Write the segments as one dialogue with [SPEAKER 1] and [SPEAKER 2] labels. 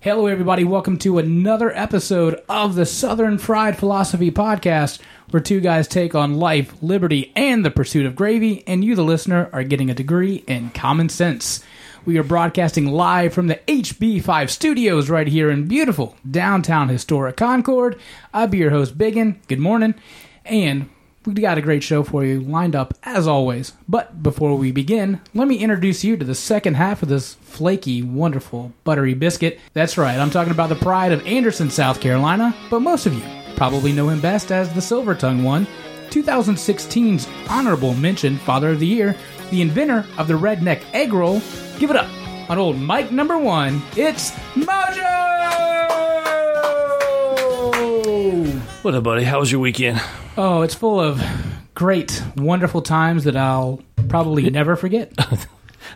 [SPEAKER 1] Hello, everybody. Welcome to another episode of the Southern Fried Philosophy Podcast, where two guys take on life, liberty, and the pursuit of gravy, and you, the listener, are getting a degree in common sense. We are broadcasting live from the HB5 studios right here in beautiful downtown historic Concord. I'll be your host, Biggin. Good morning. And we got a great show for you lined up as always. But before we begin, let me introduce you to the second half of this flaky, wonderful, buttery biscuit. That's right, I'm talking about the pride of Anderson, South Carolina, but most of you probably know him best as the Silver Tongue one. 2016's honorable mention Father of the Year, the inventor of the redneck egg roll. Give it up on old Mike number one. It's Mojo!
[SPEAKER 2] What up, buddy? How was your weekend?
[SPEAKER 1] Oh, it's full of great, wonderful times that I'll probably never forget.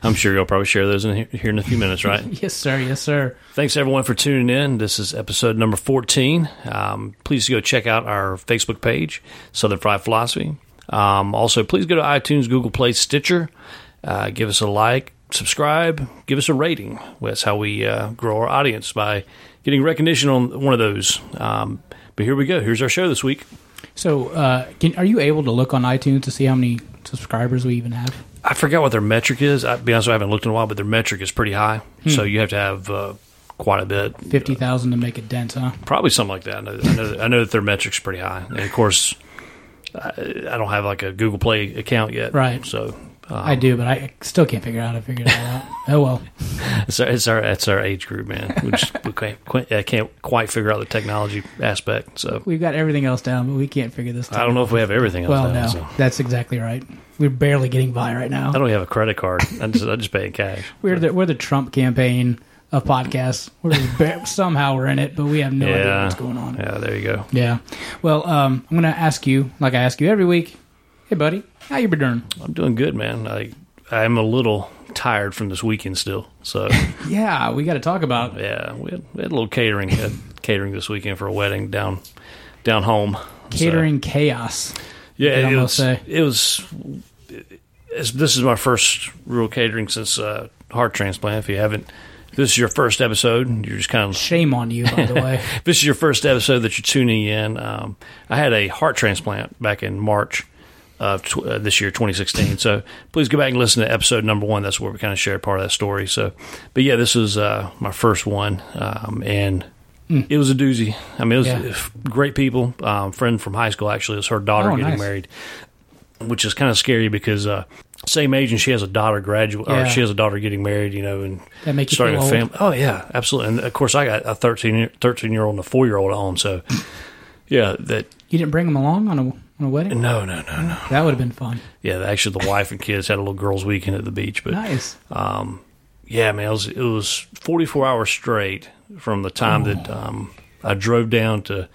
[SPEAKER 2] I'm sure you'll probably share those in here, here in a few minutes, right?
[SPEAKER 1] yes, sir. Yes, sir.
[SPEAKER 2] Thanks everyone for tuning in. This is episode number 14. Um, please go check out our Facebook page, Southern Fried Philosophy. Um, also, please go to iTunes, Google Play, Stitcher. Uh, give us a like, subscribe, give us a rating. That's how we uh, grow our audience by getting recognition on one of those. Um, but here we go. Here's our show this week.
[SPEAKER 1] So, uh, can, are you able to look on iTunes to see how many subscribers we even have?
[SPEAKER 2] I forgot what their metric is. I'll be honest, with you, I haven't looked in a while, but their metric is pretty high.
[SPEAKER 1] Hmm.
[SPEAKER 2] So you have to have uh, quite a bit.
[SPEAKER 1] Fifty thousand to make a dent, huh?
[SPEAKER 2] probably something like that. I know, I know, I know that their metrics pretty high, and of course, I, I don't have like a Google Play account yet,
[SPEAKER 1] Right.
[SPEAKER 2] So,
[SPEAKER 1] I
[SPEAKER 2] um,
[SPEAKER 1] do, but I still can't figure out how to figure that out. Oh well.
[SPEAKER 2] it's, our, it's our it's our age group, man. We just we can't, quite- I can't quite figure out the technology aspect. So
[SPEAKER 1] We've got everything else down, but we can't figure this. Down.
[SPEAKER 2] I don't know if we have everything. Else
[SPEAKER 1] Well,
[SPEAKER 2] now,
[SPEAKER 1] no,
[SPEAKER 2] so.
[SPEAKER 1] that's exactly right. We're barely getting by right now.
[SPEAKER 2] I don't have a credit card. I just I just pay in cash.
[SPEAKER 1] We're the we're the Trump campaign of podcasts. We're bar- somehow we're in it, but we have no idea
[SPEAKER 2] yeah,
[SPEAKER 1] what's going on.
[SPEAKER 2] Yeah, there you go.
[SPEAKER 1] Yeah. Well, um, I'm going to ask you, like I ask you every week, hey, buddy, how you been doing?
[SPEAKER 2] I'm doing good, man. I I'm a little tired from this weekend still. So
[SPEAKER 1] Yeah, we got to talk about
[SPEAKER 2] yeah, we had, we had a little catering had catering this weekend for a wedding down down home. So-
[SPEAKER 1] catering chaos.
[SPEAKER 2] Yeah,
[SPEAKER 1] I'd
[SPEAKER 2] it was,
[SPEAKER 1] almost say.
[SPEAKER 2] it was. it's- This is my first real catering since uh, heart transplant. If you haven't, if this is your first episode. You're just kind of.
[SPEAKER 1] Shame on you, by the way.
[SPEAKER 2] If this is your first episode that you're tuning in, um, I had a heart transplant back in March of tw- uh, this year, 2016. So please go back and listen to episode number one. That's where we kind of shared part of that story. So, but yeah, this is uh, my first one, um, and. It was a doozy. I mean, it was
[SPEAKER 1] Hmm. Yeah.
[SPEAKER 2] f- great people. Um, friend from high school actually it was her daughter
[SPEAKER 1] Oh,
[SPEAKER 2] getting
[SPEAKER 1] nice.
[SPEAKER 2] married which is kind of scary because uh, same age and she has a daughter graduate
[SPEAKER 1] Yeah.
[SPEAKER 2] or she has a daughter getting married, you know, and
[SPEAKER 1] That make you
[SPEAKER 2] starting
[SPEAKER 1] feel
[SPEAKER 2] a
[SPEAKER 1] old?
[SPEAKER 2] family. Oh yeah, absolutely. And of course, I got a 13, year- 13 year old and a four year old on, so yeah, that
[SPEAKER 1] You didn't bring him along on a, on a wedding?
[SPEAKER 2] no, no, no, no.
[SPEAKER 1] That would have been fun.
[SPEAKER 2] Yeah, actually, the wife and kids had a little girls' weekend at the beach, but
[SPEAKER 1] Nice.
[SPEAKER 2] yeah, man, it was, it was forty four hours straight from the time that um, I drove down to.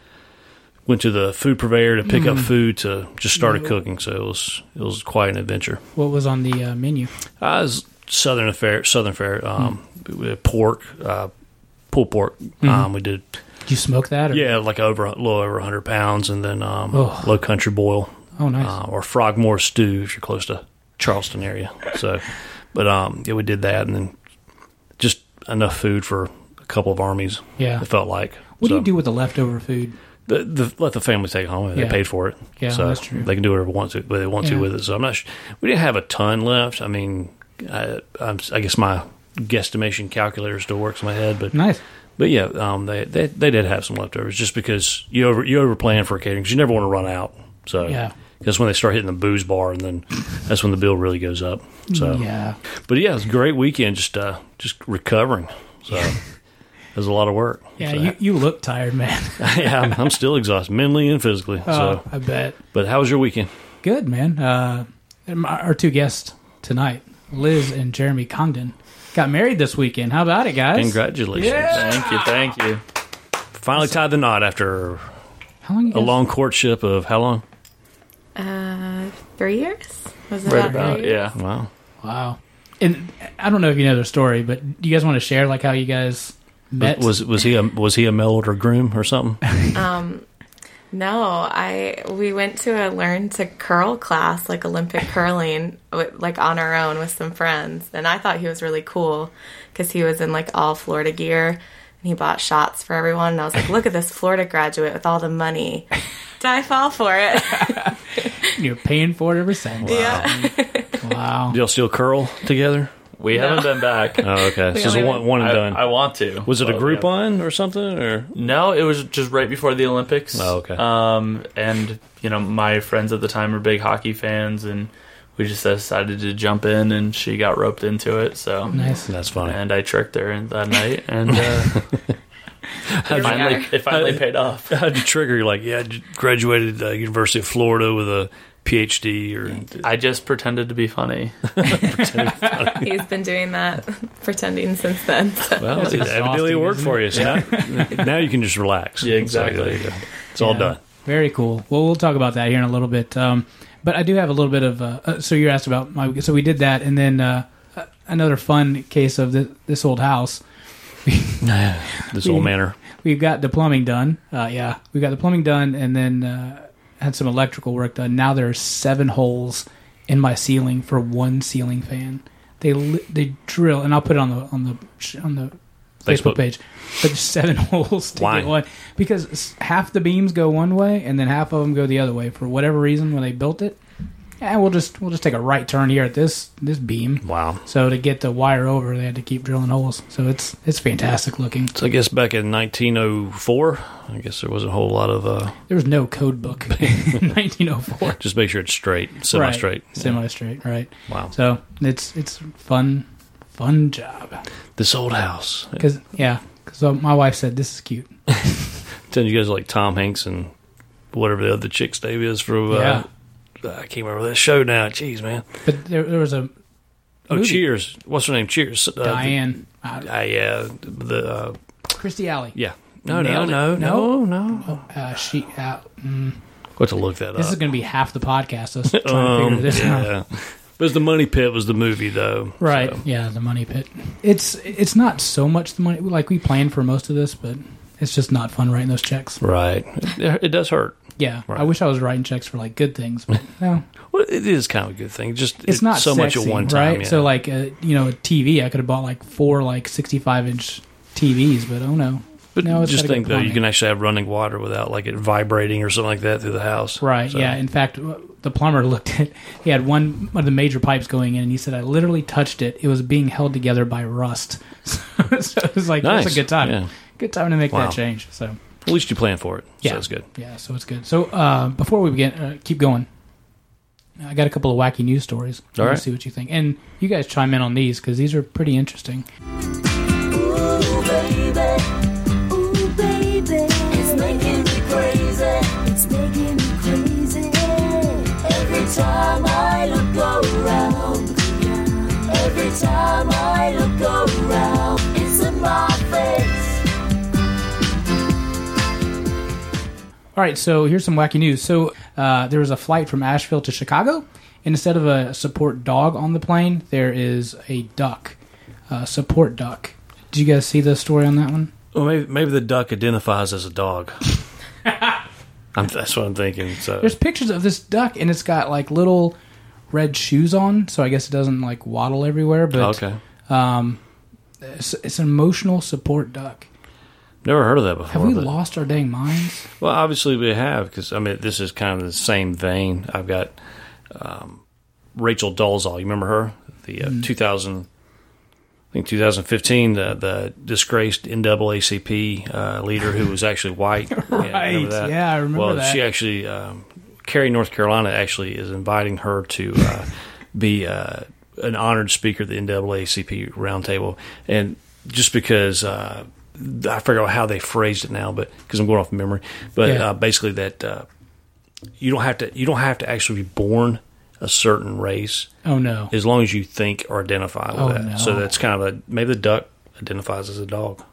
[SPEAKER 2] Went to the food purveyor to pick
[SPEAKER 1] Mm-hmm.
[SPEAKER 2] up food to just started cooking, so it was it was quite an adventure.
[SPEAKER 1] What was on the uh, menu?
[SPEAKER 2] Uh, it was southern affair, southern fare, um,
[SPEAKER 1] Hmm.
[SPEAKER 2] we had pork, uh, pulled pork.
[SPEAKER 1] Mm-hmm.
[SPEAKER 2] Um, we did,
[SPEAKER 1] Did you smoke that? Or?
[SPEAKER 2] yeah, like over a little over hundred pounds, and then um,
[SPEAKER 1] Oh.
[SPEAKER 2] low country boil
[SPEAKER 1] Oh, nice.
[SPEAKER 2] uh, or Frogmore stew if you're close to Charleston area. So, but um, yeah, we did that, and then just enough food for a couple of armies.
[SPEAKER 1] Yeah.
[SPEAKER 2] it felt like.
[SPEAKER 1] what do
[SPEAKER 2] So-
[SPEAKER 1] you do with the leftover food?
[SPEAKER 2] the, the, let the family take it home. They
[SPEAKER 1] Yeah.
[SPEAKER 2] paid for it.
[SPEAKER 1] Yeah,
[SPEAKER 2] so
[SPEAKER 1] that's true.
[SPEAKER 2] They can do whatever they want to, but they want
[SPEAKER 1] Yeah.
[SPEAKER 2] to with it. So I'm not. Sure. We didn't have a ton left. I mean, I, I'm, I guess my guesstimation calculator still works in my head, but
[SPEAKER 1] Nice.
[SPEAKER 2] but yeah, um, they, they they did have some leftovers just because you over you over plan for catering because you never want to run out. So
[SPEAKER 1] Yeah.
[SPEAKER 2] that's when they start hitting the booze bar, and then that's when the bill really goes up. So
[SPEAKER 1] Yeah.
[SPEAKER 2] but yeah, it was a great weekend. Just uh, just recovering. So it was a lot of work.
[SPEAKER 1] Yeah,
[SPEAKER 2] So-
[SPEAKER 1] you, you look tired, man.
[SPEAKER 2] yeah, I'm, I'm still exhausted mentally and physically. so
[SPEAKER 1] Oh, I bet.
[SPEAKER 2] but how was your weekend?
[SPEAKER 1] Good, man. Uh, and my- our two guests tonight, Liz and Jeremy Congdon, got married this weekend. How about it, guys?
[SPEAKER 2] Congratulations.
[SPEAKER 1] Yeah.
[SPEAKER 3] Thank you, thank you.
[SPEAKER 2] Finally tied the knot after
[SPEAKER 1] How long you
[SPEAKER 2] a
[SPEAKER 1] guys-
[SPEAKER 2] long courtship of how long?
[SPEAKER 4] Uh, three years? Was it
[SPEAKER 3] Right
[SPEAKER 4] about
[SPEAKER 3] about,
[SPEAKER 4] three years?
[SPEAKER 3] Uh, yeah.
[SPEAKER 2] Wow.
[SPEAKER 1] Wow. And I don't know if you know their story, but do you guys want to share like how you guys met?
[SPEAKER 2] Was was he a was he a mail order groom or something?
[SPEAKER 4] No, I we went to a learn to curl class, like Olympic curling, with, like on our own with some friends, and I thought he was really cool because he was in like all Florida gear and he bought shots for everyone. And I was like, look at this Florida graduate with all the money. Did I fall for it?
[SPEAKER 1] You're paying for it ever since.
[SPEAKER 4] yeah.
[SPEAKER 1] Wow.
[SPEAKER 2] Y'all still curl together?
[SPEAKER 3] We haven't been back.
[SPEAKER 2] Oh, okay. So it's a
[SPEAKER 4] only
[SPEAKER 2] one, one and
[SPEAKER 3] I,
[SPEAKER 2] done.
[SPEAKER 3] I want to.
[SPEAKER 2] was it a
[SPEAKER 3] but-
[SPEAKER 2] Groupon or something? Or
[SPEAKER 3] No, it was just right before the Olympics.
[SPEAKER 2] Oh, okay.
[SPEAKER 3] Um, and you know, my friends at the time were big hockey fans, and we just decided to jump in, and she got roped into it. So
[SPEAKER 1] Nice.
[SPEAKER 2] that's funny.
[SPEAKER 3] And I tricked her that night, and uh,
[SPEAKER 4] Here we
[SPEAKER 3] finally,
[SPEAKER 4] are.
[SPEAKER 3] it finally paid off.
[SPEAKER 2] How'd you trigger? You're like, yeah, I j- graduated uh, University of Florida with a PhD or
[SPEAKER 3] I just pretended to be funny.
[SPEAKER 4] He's been doing that, pretending since then. So.
[SPEAKER 2] well,
[SPEAKER 1] That's
[SPEAKER 2] it evidently
[SPEAKER 1] exhausting,
[SPEAKER 2] worked
[SPEAKER 1] isn't
[SPEAKER 2] for you. So now, now you can just relax.
[SPEAKER 3] Yeah, exactly.
[SPEAKER 2] So there you go. It's all
[SPEAKER 1] Yeah.
[SPEAKER 2] done.
[SPEAKER 1] Very cool. Well, we'll talk about that here in a little bit. Um, but I do have a little bit of. Uh, uh, so you asked about my. So we did that, and then uh, uh, another fun case of this, this old house.
[SPEAKER 2] This old manor.
[SPEAKER 1] We've got the plumbing done. Uh, yeah, we got the plumbing done, and then uh, had some electrical work done. Now there are seven holes in my ceiling for one ceiling fan. They li- they drill, and I'll put it on the on the sh- on the Facebook,
[SPEAKER 2] Facebook.
[SPEAKER 1] page. But there's seven holes to
[SPEAKER 2] Why?
[SPEAKER 1] get one because s- half the beams go one way, and then half of them go the other way for whatever reason when they built it. And we'll just we'll just take a right turn here at this this beam.
[SPEAKER 2] Wow.
[SPEAKER 1] So to get the wire over, they had to keep drilling holes. So it's it's fantastic looking.
[SPEAKER 2] So I guess back in 1904, I guess there was a whole lot of uh,
[SPEAKER 1] There was no code book in 1904.
[SPEAKER 2] just make sure it's straight, semi-straight.
[SPEAKER 1] Right. Semi-straight, right.
[SPEAKER 2] Wow.
[SPEAKER 1] So it's it's fun, fun job.
[SPEAKER 2] This old house.
[SPEAKER 1] Because, yeah, because my wife said, this is cute.
[SPEAKER 2] Telling you guys like Tom Hanks and whatever the other chick's name is from.
[SPEAKER 1] Yeah.
[SPEAKER 2] Uh, I can't remember that show now. Jeez, man.
[SPEAKER 1] But there, there was a
[SPEAKER 2] Oh,
[SPEAKER 1] Movie.
[SPEAKER 2] Cheers. What's her name? Cheers. Uh, the-
[SPEAKER 1] Diane, uh,
[SPEAKER 2] I uh, the uh,
[SPEAKER 1] Christy Alley.
[SPEAKER 2] yeah. No, no,
[SPEAKER 1] Nailed it.
[SPEAKER 2] no, no, no,
[SPEAKER 1] Uh, she, uh,
[SPEAKER 2] Got to look that
[SPEAKER 1] this
[SPEAKER 2] up. Um,
[SPEAKER 1] is going to be half the podcast, us trying to figure this out.
[SPEAKER 2] Uh, yeah. It was the Money Pit was the movie though.
[SPEAKER 1] Right.
[SPEAKER 2] So,
[SPEAKER 1] Yeah, the money pit. It's it's not so much the money. Like we planned for most of this, but it's just not fun writing those checks.
[SPEAKER 2] right. It, it does hurt.
[SPEAKER 1] Yeah, I
[SPEAKER 2] Right.
[SPEAKER 1] wish I was writing checks for like good things, but no,
[SPEAKER 2] Well, it is kind of a good thing. Just
[SPEAKER 1] it's not
[SPEAKER 2] so much at
[SPEAKER 1] sexy,
[SPEAKER 2] one time.
[SPEAKER 1] right?
[SPEAKER 2] yeah.
[SPEAKER 1] So like uh, you know, a TV. I could have bought like four like sixty-five inch TVs, but oh no.
[SPEAKER 2] but
[SPEAKER 1] no, it's
[SPEAKER 2] just
[SPEAKER 1] gotta get
[SPEAKER 2] think though, you
[SPEAKER 1] plumbing.
[SPEAKER 2] can actually have running water without like it vibrating or something like that through the house.
[SPEAKER 1] Right.
[SPEAKER 2] So,
[SPEAKER 1] Yeah. In fact, w- the plumber looked at. He had one of the major pipes going in, and he said, "I literally touched it. It was being held together by rust." So, so it was like that's
[SPEAKER 2] Nice,
[SPEAKER 1] a good time.
[SPEAKER 2] yeah.
[SPEAKER 1] Good time to make
[SPEAKER 2] Wow.
[SPEAKER 1] that change. So
[SPEAKER 2] At least you plan for it.
[SPEAKER 1] yeah,
[SPEAKER 2] So that's good.
[SPEAKER 1] Yeah. So it's good. So uh, before we begin, uh, keep going. I got a couple of wacky news stories.
[SPEAKER 2] All
[SPEAKER 1] Let's
[SPEAKER 2] right.
[SPEAKER 1] See what you think, and you guys chime in on these because these are pretty interesting.
[SPEAKER 5] Ooh, baby. Ooh, baby. It's making me crazy. It's making me crazy. Every time I look around. Every time I look around. It's in my face.
[SPEAKER 1] All right, so here's some wacky news. So uh, there was a flight from Asheville to Chicago, and instead of a support dog on the plane, there is a duck, uh, support duck. Did you guys see the story on that one?
[SPEAKER 2] Well, maybe maybe the duck identifies as a dog. I'm, that's what I'm thinking. So
[SPEAKER 1] There's pictures of this duck, and it's got like little red shoes on, so I guess it doesn't like waddle everywhere. But
[SPEAKER 2] okay,
[SPEAKER 1] it's, it's an emotional support duck.
[SPEAKER 2] never heard of that before.
[SPEAKER 1] Have we
[SPEAKER 2] but-
[SPEAKER 1] lost our dang minds?
[SPEAKER 2] Well, obviously we have because I mean this is kind of the same vein. I've got um, Rachel Dolezal. You remember her? The
[SPEAKER 1] Mm-hmm.
[SPEAKER 2] uh, 2000, I think 2015, the the disgraced NAACP uh, leader who was actually white. Yeah, remember
[SPEAKER 1] Right. Yeah, I remember
[SPEAKER 2] well,
[SPEAKER 1] that.
[SPEAKER 2] she actually um, Cary, North Carolina, actually is inviting her to uh, be uh, an honored speaker at the NAACP roundtable, and just because. Uh, I forget how they phrased it now, but because I'm going off memory, but
[SPEAKER 1] Yeah.
[SPEAKER 2] uh, basically that uh, you don't have to you don't have to actually be born a certain race
[SPEAKER 1] Oh no!
[SPEAKER 2] as long as you think or identify with
[SPEAKER 1] Oh,
[SPEAKER 2] that. So
[SPEAKER 1] no.
[SPEAKER 2] that's kind of a maybe the duck identifies as a dog.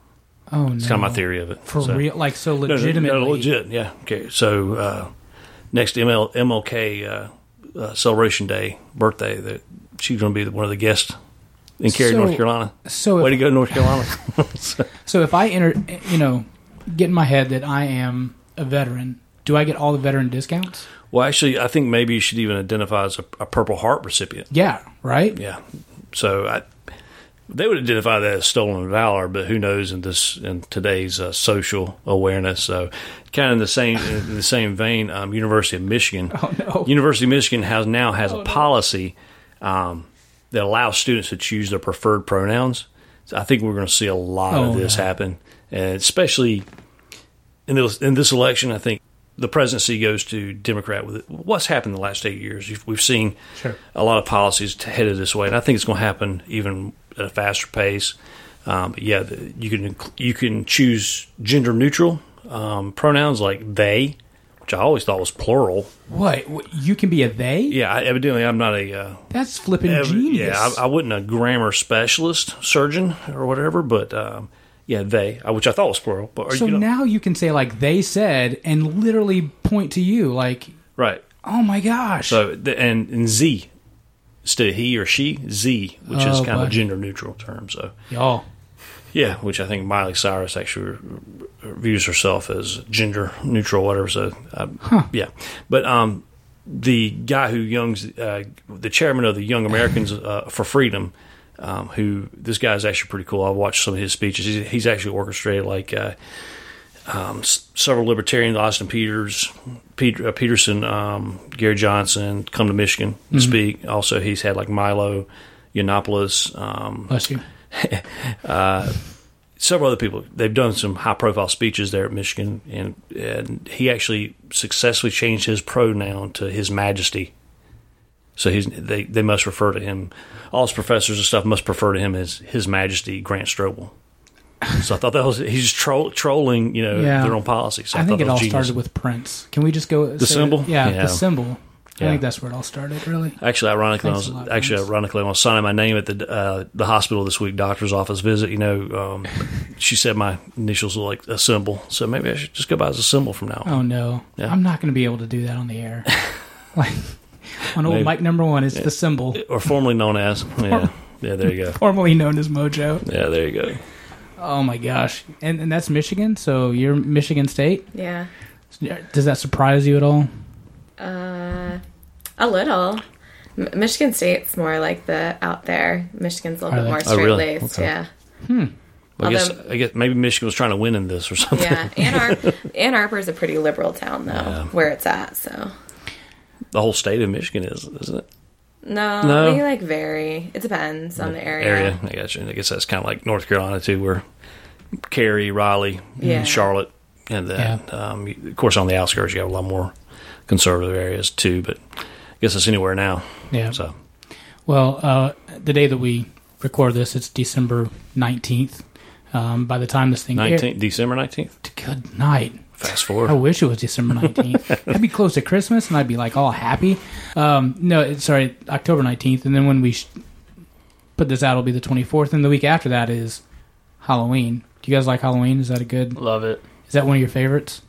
[SPEAKER 1] Oh no!
[SPEAKER 2] It's kind of my theory of it.
[SPEAKER 1] For
[SPEAKER 2] So-
[SPEAKER 1] real, like so
[SPEAKER 2] No, no, no,
[SPEAKER 1] legitimately.
[SPEAKER 2] legit. Yeah. Okay. So uh, next ML, MLK uh, uh, celebration day birthday that she's going to be one of the guests in Cary,
[SPEAKER 1] So-
[SPEAKER 2] North Carolina.
[SPEAKER 1] so if-
[SPEAKER 2] way to go, North Carolina.
[SPEAKER 1] So if I enter, you know, get in my head that I am a veteran, do I get all the veteran discounts?
[SPEAKER 2] well, actually, I think maybe you should even identify as a, a Purple Heart recipient.
[SPEAKER 1] Yeah, right.
[SPEAKER 2] Yeah. So I They would identify that as stolen valor, but who knows in this in today's uh, social awareness? So, kind of in the same in the same vein, um, University of Michigan.
[SPEAKER 1] Oh, no. Oh,
[SPEAKER 2] University of Michigan has now has a policy um, that allows students to choose their preferred pronouns. So I think we're going to see a lot
[SPEAKER 1] Oh,
[SPEAKER 2] of this
[SPEAKER 1] yeah.
[SPEAKER 2] happen, and especially in this in this election. I think the presidency goes to Democrat. With what's happened the last eight years, You've- we've seen
[SPEAKER 1] Sure.
[SPEAKER 2] a lot of policies t- headed this way, and I think it's going to happen even at a faster pace. Um, but yeah, the, you can inc- you can choose gender neutral um, pronouns like they, which I always thought was plural.
[SPEAKER 1] What? What, You can be a they?
[SPEAKER 2] Yeah, I, evidently I'm not a uh,
[SPEAKER 1] That's flipping
[SPEAKER 2] ev-
[SPEAKER 1] genius.
[SPEAKER 2] yeah I, I wasn't a grammar specialist, surgeon or whatever, but um, yeah, they, uh, which I thought was plural. But are
[SPEAKER 1] so
[SPEAKER 2] you know-
[SPEAKER 1] now you can say like they said and literally point to you like,
[SPEAKER 2] right?
[SPEAKER 1] oh my gosh.
[SPEAKER 2] So the, and, and Z instead of he or she, Z, which is
[SPEAKER 1] Oh,
[SPEAKER 2] kind of a
[SPEAKER 1] boy.
[SPEAKER 2] gender neutral term. So
[SPEAKER 1] Y'all.
[SPEAKER 2] yeah, which I think Miley Cyrus actually r- r- views herself as gender neutral, whatever. So uh, yeah, but um, the guy who Young's uh, the chairman of the Young Americans uh, for Freedom. Um, who this guy is actually pretty cool. I've watched some of his speeches. He's, he's actually orchestrated like uh, um, s- several libertarians, Austin Peters, Peter, uh, Peterson, um, Gary Johnson, come to Michigan to speak. Also, he's had like Milo Yiannopoulos, um,
[SPEAKER 1] Bless you.
[SPEAKER 2] several other people. They've done some high profile speeches there at Michigan, and, and he actually successfully changed his pronoun to His Majesty. So he's, they they must refer to him. All his professors and stuff must refer to him as His Majesty Grant Strobel. So I thought that was he's just troll, trolling, you know,
[SPEAKER 1] Yeah.
[SPEAKER 2] their own policy. So I,
[SPEAKER 1] I think
[SPEAKER 2] thought
[SPEAKER 1] it
[SPEAKER 2] that
[SPEAKER 1] all
[SPEAKER 2] was genius.
[SPEAKER 1] started with Prince. Can we just go the
[SPEAKER 2] symbol?
[SPEAKER 1] Yeah,
[SPEAKER 2] Yeah.
[SPEAKER 1] the symbol. I
[SPEAKER 2] Yeah.
[SPEAKER 1] think that's where it all started, really.
[SPEAKER 2] Actually, ironically, I
[SPEAKER 1] Thanks
[SPEAKER 2] was,
[SPEAKER 1] a lot,
[SPEAKER 2] actually
[SPEAKER 1] Vince.
[SPEAKER 2] ironically, when I was signing my name at the uh, the hospital this week, doctor's office visit, you know, um, she said my initials were like a symbol, so maybe I should just go by as a symbol from now. on.
[SPEAKER 1] Oh no,
[SPEAKER 2] Yeah.
[SPEAKER 1] I'm not going to be able to do that on the air. like on old
[SPEAKER 2] Maybe.
[SPEAKER 1] Mike number one, it's the symbol,
[SPEAKER 2] Or formerly known as, yeah, yeah, there you go,
[SPEAKER 1] formerly known as Mojo.
[SPEAKER 2] yeah, there you go.
[SPEAKER 1] Oh my gosh, and and that's Michigan. So you're Michigan State.
[SPEAKER 4] Yeah.
[SPEAKER 1] Does that surprise you at all?
[SPEAKER 4] Uh, a little. M- Michigan State's more like the out there. Michigan's a
[SPEAKER 1] Are
[SPEAKER 4] little
[SPEAKER 1] they?
[SPEAKER 4] bit more
[SPEAKER 2] Oh,
[SPEAKER 4] straight
[SPEAKER 2] really?
[SPEAKER 4] laced.
[SPEAKER 2] Okay.
[SPEAKER 4] Yeah.
[SPEAKER 2] Well, I guess
[SPEAKER 4] Although-
[SPEAKER 2] I guess maybe Michigan was trying to win in this or something.
[SPEAKER 4] Yeah. Ann, Ar- Ann Arbor's a pretty liberal town, though,
[SPEAKER 2] Yeah.
[SPEAKER 4] where it's at. So,
[SPEAKER 2] The whole state of Michigan is, isn't it?
[SPEAKER 4] no,
[SPEAKER 2] No.
[SPEAKER 4] we like vary. It depends on the area.
[SPEAKER 2] I got you. I guess that's kind of like North Carolina too, where Cary, Raleigh,
[SPEAKER 4] Yeah.
[SPEAKER 2] Charlotte, and then um, of course on the outskirts you have a lot more conservative areas too. But I guess it's anywhere now.
[SPEAKER 1] Yeah.
[SPEAKER 2] So
[SPEAKER 1] Well, uh, the day that we record this, it's December nineteenth. Um, by the time this thing airs-
[SPEAKER 2] nineteenth, December nineteenth.
[SPEAKER 1] good night.
[SPEAKER 2] Fast
[SPEAKER 1] I
[SPEAKER 4] Oh,
[SPEAKER 2] forward.
[SPEAKER 1] wish it was December 19th. I'd be close to Christmas and I'd be like all happy. Um, no, it's- sorry, October 19th. And then when we sh- put this out, it'll be the 24th. And the week after that is Halloween. Do you guys like Halloween? Is that a good,
[SPEAKER 3] Love it.
[SPEAKER 1] is that one of your favorites?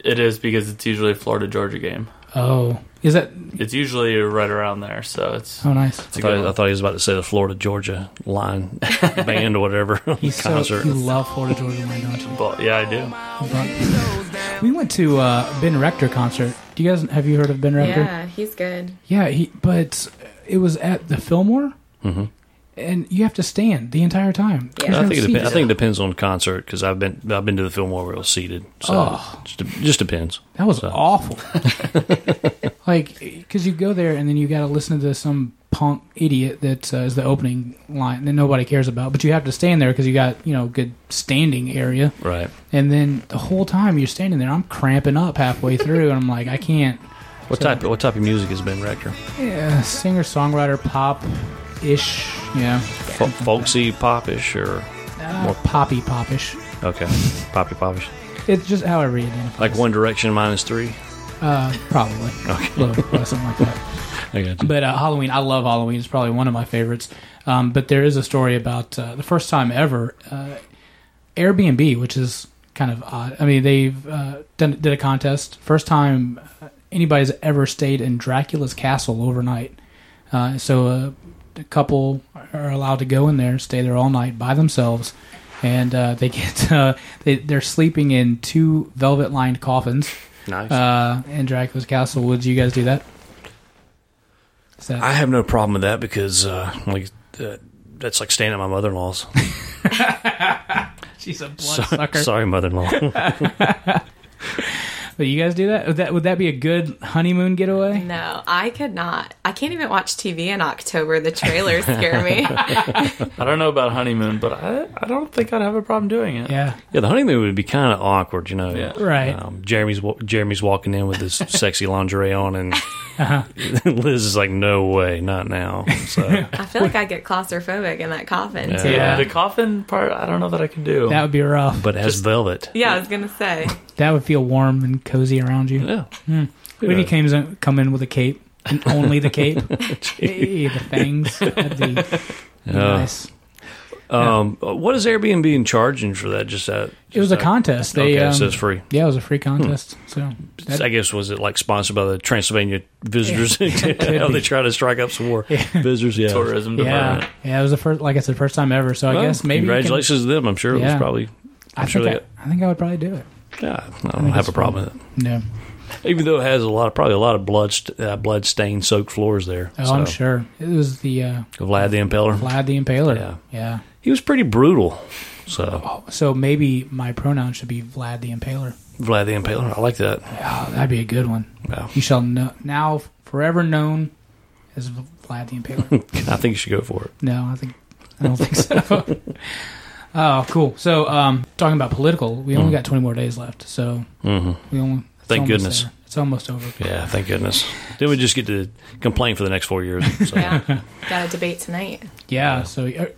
[SPEAKER 3] It is because it's usually a Florida Georgia game.
[SPEAKER 1] Oh, is that,
[SPEAKER 3] It's usually right around there, so it's.
[SPEAKER 1] oh, nice.
[SPEAKER 3] it's
[SPEAKER 2] I
[SPEAKER 3] a
[SPEAKER 2] thought,
[SPEAKER 3] good
[SPEAKER 2] I
[SPEAKER 3] one.
[SPEAKER 2] thought he was about to say the Florida Georgia line band or whatever
[SPEAKER 1] He's so,
[SPEAKER 2] concert.
[SPEAKER 1] you love Florida Georgia Line, don't you?
[SPEAKER 3] But yeah, I do.
[SPEAKER 1] But- we went to uh, Ben Rector concert. Do you guys, have you heard of Ben Rector?
[SPEAKER 4] Yeah, he's good.
[SPEAKER 1] Yeah, he, but it was at the Fillmore. And you have to stand the entire time.
[SPEAKER 4] Yeah.
[SPEAKER 1] There's
[SPEAKER 2] Mm-hmm. I
[SPEAKER 1] no
[SPEAKER 2] think, it
[SPEAKER 1] seats.
[SPEAKER 2] depends, I think it depends on concert because I've been I've been to the Fillmore where it was seated. So
[SPEAKER 1] Oh.
[SPEAKER 2] it just, de- just depends.
[SPEAKER 1] That was
[SPEAKER 2] So-
[SPEAKER 1] awful. like, because you go there and then you got to listen to some punk idiot that uh, is the opening line that nobody cares about, but you have to stand there because you got you know good standing area,
[SPEAKER 2] Right.
[SPEAKER 1] and then the whole time you're standing there, I'm cramping up halfway through, and I'm like, I can't.
[SPEAKER 2] What type What type of music has Ben Rector?
[SPEAKER 1] Yeah, singer songwriter pop ish, yeah, Uh,
[SPEAKER 2] Fo- folksy, popish, or
[SPEAKER 1] more poppy popish.
[SPEAKER 2] okay, poppy popish,
[SPEAKER 1] It's just however you identify.
[SPEAKER 2] like One Direction minus three.
[SPEAKER 1] uh, probably
[SPEAKER 2] Okay.
[SPEAKER 1] Little- something like that.
[SPEAKER 2] I got you.
[SPEAKER 1] But uh, Halloween, I love Halloween. It's probably one of my favorites. Um, but there is a story about uh, the first time ever uh, Airbnb, which is kind of odd. I mean, they've uh, done, did a contest. First time uh, anybody's ever stayed in Dracula's castle overnight. Uh, so uh, a couple are allowed to go in there, stay there all night by themselves, and uh, they get uh, they, they're sleeping in two velvet-lined coffins
[SPEAKER 2] Nice.
[SPEAKER 1] uh, in Dracula's castle. Would you guys do that? Is that
[SPEAKER 2] I have no problem with that because, uh, like, uh, that's like staying at my mother in law's.
[SPEAKER 1] She's a bloodsucker.
[SPEAKER 2] Sorry, mother in law.
[SPEAKER 1] But you guys do that? Would that would that be a good honeymoon getaway?
[SPEAKER 4] No, I could not. I can't even watch TV in October. The trailers scare me.
[SPEAKER 3] I don't know about honeymoon, but I I don't think I'd have a problem doing it.
[SPEAKER 1] Yeah.
[SPEAKER 2] yeah, the honeymoon would be kind of awkward, you know.
[SPEAKER 3] Yeah.
[SPEAKER 1] Right.
[SPEAKER 2] Um, Jeremy's wa- Jeremy's walking in with his sexy lingerie on, and
[SPEAKER 1] Uh-huh.
[SPEAKER 2] Liz is like, "No way, not now." So
[SPEAKER 4] I feel like I get claustrophobic in that coffin.
[SPEAKER 2] Yeah.
[SPEAKER 4] Too.
[SPEAKER 3] Yeah,
[SPEAKER 1] Yeah.
[SPEAKER 3] the coffin part, I don't know that I can do.
[SPEAKER 1] That would be rough.
[SPEAKER 2] but as velvet.
[SPEAKER 4] Yeah, I was gonna say.
[SPEAKER 1] That would feel warm and cozy around you.
[SPEAKER 2] Yeah.
[SPEAKER 1] What if he came in, come in with a cape and only the cape? hey, the fangs. That'd be nice.
[SPEAKER 2] Um, what is Airbnb in charging for that? Just that
[SPEAKER 1] It was a contest. They,
[SPEAKER 2] okay,
[SPEAKER 1] um,
[SPEAKER 2] so it's Hmm. free.
[SPEAKER 1] Yeah, it was a free contest. So that-
[SPEAKER 2] I guess was it like sponsored by the Transylvania visitors? How they try to strike up some more visitors. Yeah,
[SPEAKER 3] Tourism
[SPEAKER 1] yeah,
[SPEAKER 3] department.
[SPEAKER 1] yeah, it was the first. Like I said, first time ever. So
[SPEAKER 2] Well,
[SPEAKER 1] I guess maybe you can-
[SPEAKER 2] congratulations to them. I'm sure it was
[SPEAKER 1] Yeah.
[SPEAKER 2] probably.
[SPEAKER 1] I
[SPEAKER 2] I'm sure they
[SPEAKER 1] think I, I think I would probably do it.
[SPEAKER 2] got, yeah, I don't have
[SPEAKER 1] it's
[SPEAKER 2] a problem with
[SPEAKER 1] No,
[SPEAKER 2] it. Even though it has a lot, of, probably a lot of blood, st- uh, blood stained, soaked floors there.
[SPEAKER 1] oh,
[SPEAKER 2] so,
[SPEAKER 1] I'm sure it was the uh,
[SPEAKER 2] Vlad the Impaler.
[SPEAKER 1] Vlad the Impaler.
[SPEAKER 2] Yeah.
[SPEAKER 1] yeah. Oh,
[SPEAKER 2] He was pretty brutal. So
[SPEAKER 1] So maybe my pronoun should be Vlad the Impaler.
[SPEAKER 2] Vlad the Impaler. I like that.
[SPEAKER 1] Oh, that'd be a good one.
[SPEAKER 2] Wow.
[SPEAKER 1] You shall know, now forever known as Vlad the Impaler.
[SPEAKER 2] I think you should go for it.
[SPEAKER 1] no, I think I don't think so. oh, cool. So, um, talking about political, we only got 20 more days left. So
[SPEAKER 3] Mm-hmm.
[SPEAKER 1] we only. it's
[SPEAKER 2] Mm. Thank
[SPEAKER 1] almost
[SPEAKER 2] goodness.
[SPEAKER 1] there. It's almost over.
[SPEAKER 2] Yeah, thank goodness. Then we just get to complain for the next four years. So.
[SPEAKER 4] Yeah, got a debate tonight.
[SPEAKER 1] Yeah. So, are,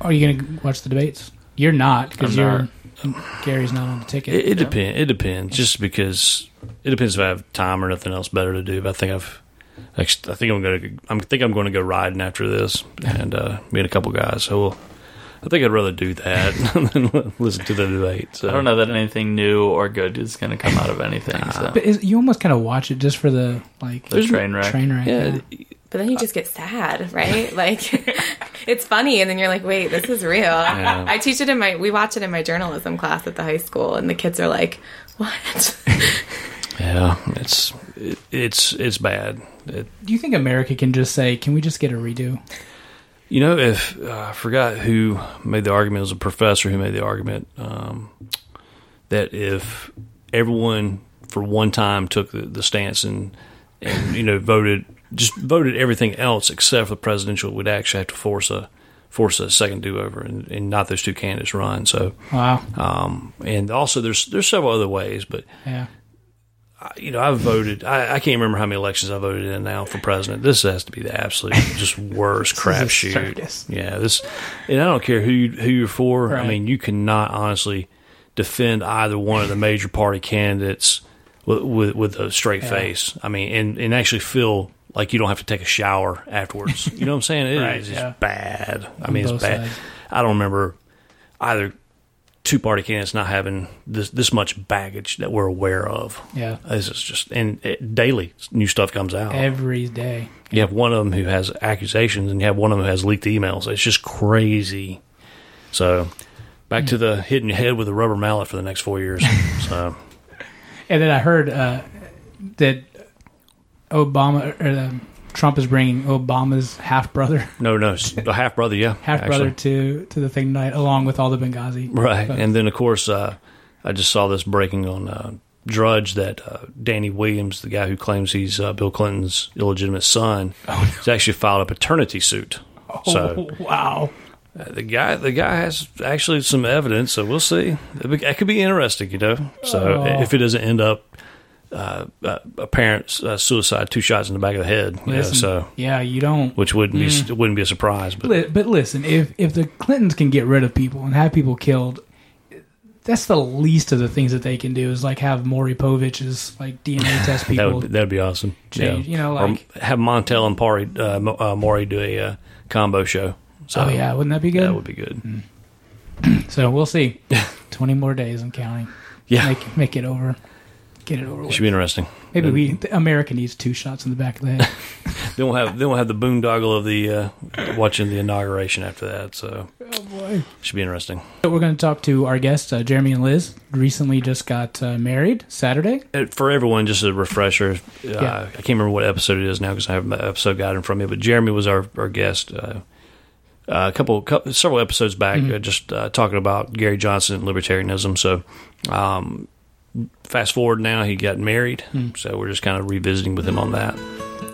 [SPEAKER 1] are you going to watch the debates? You're not because
[SPEAKER 3] I'm
[SPEAKER 1] you're Gary's not on the ticket.
[SPEAKER 2] It, it depends. It depends. Just because it depends if I have time or nothing else better to do. But I think I've, I think I'm gonna, I'm think I'm going to go riding after this, and uh, me and a couple guys. So we'll, I think I'd rather do that than listen to the debate. So
[SPEAKER 3] I don't know that anything new or good is going to come out of anything. So
[SPEAKER 1] but is, you almost kind of watch it just for the like
[SPEAKER 3] the train wreck.
[SPEAKER 1] train wreck.
[SPEAKER 2] Yeah,
[SPEAKER 4] But then you just get sad, right? Like it's funny, and then you're like, "Wait, this is real." I teach it in my we watch it in my journalism class at the high school, and the kids are like, "What?"
[SPEAKER 2] yeah. It's it, it's it's bad. It,
[SPEAKER 1] Do you think America can just say, "Can we just get a redo"?
[SPEAKER 2] You know, if uh, I forgot who made the argument, it was a professor who made the argument um, that if everyone for one time took the, the stance and and you know voted just voted everything else except for the presidential, we'd actually have to force a force a second do over and, and not those two candidates run. So,
[SPEAKER 1] Wow.
[SPEAKER 2] um, and also there's there's several other ways, but
[SPEAKER 1] Yeah.
[SPEAKER 2] you know, I've voted. I, I can't remember how many elections I voted in now for president. This has to be the absolute just worst
[SPEAKER 1] circus.
[SPEAKER 2] crapshoot. Yeah, this, and I don't care who you, who you're for.
[SPEAKER 1] Right.
[SPEAKER 2] I mean, you cannot honestly defend either one of the major party candidates with with, with a straight face. I mean, and and actually feel like you don't have to take a shower afterwards. you know what I'm saying? It is
[SPEAKER 1] Right,
[SPEAKER 2] just
[SPEAKER 1] yeah.
[SPEAKER 2] bad. I mean,
[SPEAKER 1] both
[SPEAKER 2] it's bad.
[SPEAKER 1] sides.
[SPEAKER 2] I don't remember either two party candidates not having this this much baggage that we're aware of.
[SPEAKER 1] Yeah.
[SPEAKER 2] This is just and it, daily new stuff comes out.
[SPEAKER 1] Every day.
[SPEAKER 2] you have one of them who has accusations, and you have one of them who has leaked emails. It's just crazy. So back to the hitting your head with a rubber mallet for the next four years. so
[SPEAKER 1] And then I heard uh, that Obama or um, Trump is bringing Obama's half brother,
[SPEAKER 2] no, no, s- a half brother, yeah,
[SPEAKER 1] half brother
[SPEAKER 2] actually.
[SPEAKER 1] to to the thing tonight, along with all the Benghazi.
[SPEAKER 2] right?
[SPEAKER 1] But-
[SPEAKER 2] And then of course, uh, I just saw this breaking on. Uh, Drudge that uh, Danny Williams, the guy who claims he's uh, Bill Clinton's illegitimate son, has actually filed a paternity suit. So
[SPEAKER 1] oh, wow.
[SPEAKER 2] The guy, the guy has actually some evidence, so we'll see. It be- It could be interesting, you know. So
[SPEAKER 1] Oh.
[SPEAKER 2] if it doesn't end up uh, uh, a parent's uh, suicide, two shots in the back of the head, you know,
[SPEAKER 1] Listen,
[SPEAKER 2] so
[SPEAKER 1] yeah, you don't.
[SPEAKER 2] which wouldn't be it wouldn't be a surprise, but
[SPEAKER 1] Li- But listen, if if the Clintons can get rid of people and have people killed, that's the least of the things that they can do is like have Maury Povich's like DNA test
[SPEAKER 2] that
[SPEAKER 1] people.
[SPEAKER 2] would that'd be Um, awesome.
[SPEAKER 1] Change, you know, like-
[SPEAKER 2] or have Montel and Pari, uh, Mo- uh, Maury do a uh, combo show. So
[SPEAKER 1] oh yeah, wouldn't that be good? Mm.
[SPEAKER 2] that would be good.
[SPEAKER 1] So we'll see. Twenty more days and counting.
[SPEAKER 2] Yeah,
[SPEAKER 1] Make make it over. Get it over
[SPEAKER 2] it
[SPEAKER 1] with.
[SPEAKER 2] should uh, be interesting.
[SPEAKER 1] Maybe we the America needs two shots in the back of the head.
[SPEAKER 2] They won't have they won't have the boondoggle of the uh, watching the inauguration after that. So
[SPEAKER 1] oh boy.
[SPEAKER 2] should be interesting.
[SPEAKER 1] So we're going to talk to our guests, uh, Jeremy and Liz. Recently, just got uh, married Saturday.
[SPEAKER 2] Uh, for everyone, just a refresher. Uh,
[SPEAKER 1] Yeah.
[SPEAKER 2] I can't remember what episode it is now because I have my episode guide in front of me. But Jeremy was our, our guest. Uh, uh, a couple, couple several episodes back,
[SPEAKER 1] Mm-hmm.
[SPEAKER 2] uh, just uh, talking about Gary Johnson and libertarianism. So, um, fast forward now, he got married.
[SPEAKER 1] Hmm.
[SPEAKER 2] So we're just kind of revisiting with him on that.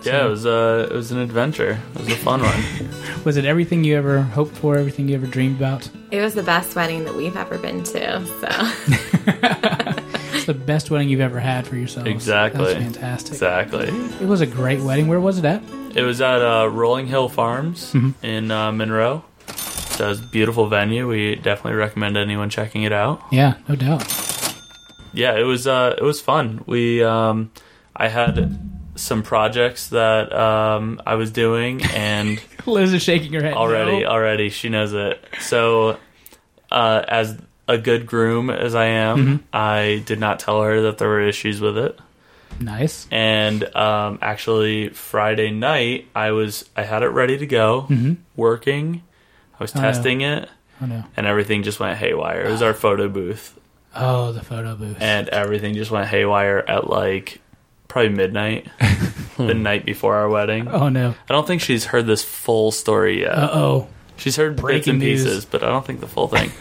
[SPEAKER 3] Yeah, it was uh, it was an adventure. It was a fun one.
[SPEAKER 1] Was it everything you ever hoped for? Everything you ever dreamed about?
[SPEAKER 4] It was the best wedding that we've ever been to. So
[SPEAKER 1] It's the best wedding you've ever had for yourself.
[SPEAKER 3] Exactly.
[SPEAKER 1] That's fantastic.
[SPEAKER 3] Exactly.
[SPEAKER 1] It was a great wedding. Where was it at?
[SPEAKER 3] It was at uh, Rolling Hill Farms
[SPEAKER 1] Mm-hmm.
[SPEAKER 3] in uh, Monroe. So it was a beautiful venue. We definitely recommend anyone checking it out.
[SPEAKER 1] Yeah, no doubt.
[SPEAKER 3] yeah, it was uh, it was fun. We um, I had some projects that um, I was doing, and
[SPEAKER 1] Liz is shaking her head.
[SPEAKER 3] already uh,
[SPEAKER 1] no.
[SPEAKER 3] already she knows it. So uh, as a good groom as I am, I did not tell her that there were issues with it.
[SPEAKER 1] Nice.
[SPEAKER 3] And um, actually, Friday night I was I had it ready to go,
[SPEAKER 1] Mm-hmm.
[SPEAKER 3] working. I was
[SPEAKER 1] no.
[SPEAKER 3] testing it,
[SPEAKER 1] Oh no.
[SPEAKER 3] and everything just went haywire. It was our photo booth,
[SPEAKER 1] Oh, the photo booth.
[SPEAKER 3] and everything just went haywire at like probably midnight the night before our wedding.
[SPEAKER 1] oh no.
[SPEAKER 3] I don't think she's heard this full story yet.
[SPEAKER 1] Uh oh.
[SPEAKER 3] She's heard bits
[SPEAKER 1] Breaking
[SPEAKER 3] and
[SPEAKER 1] news.
[SPEAKER 3] pieces, but I don't think the full thing.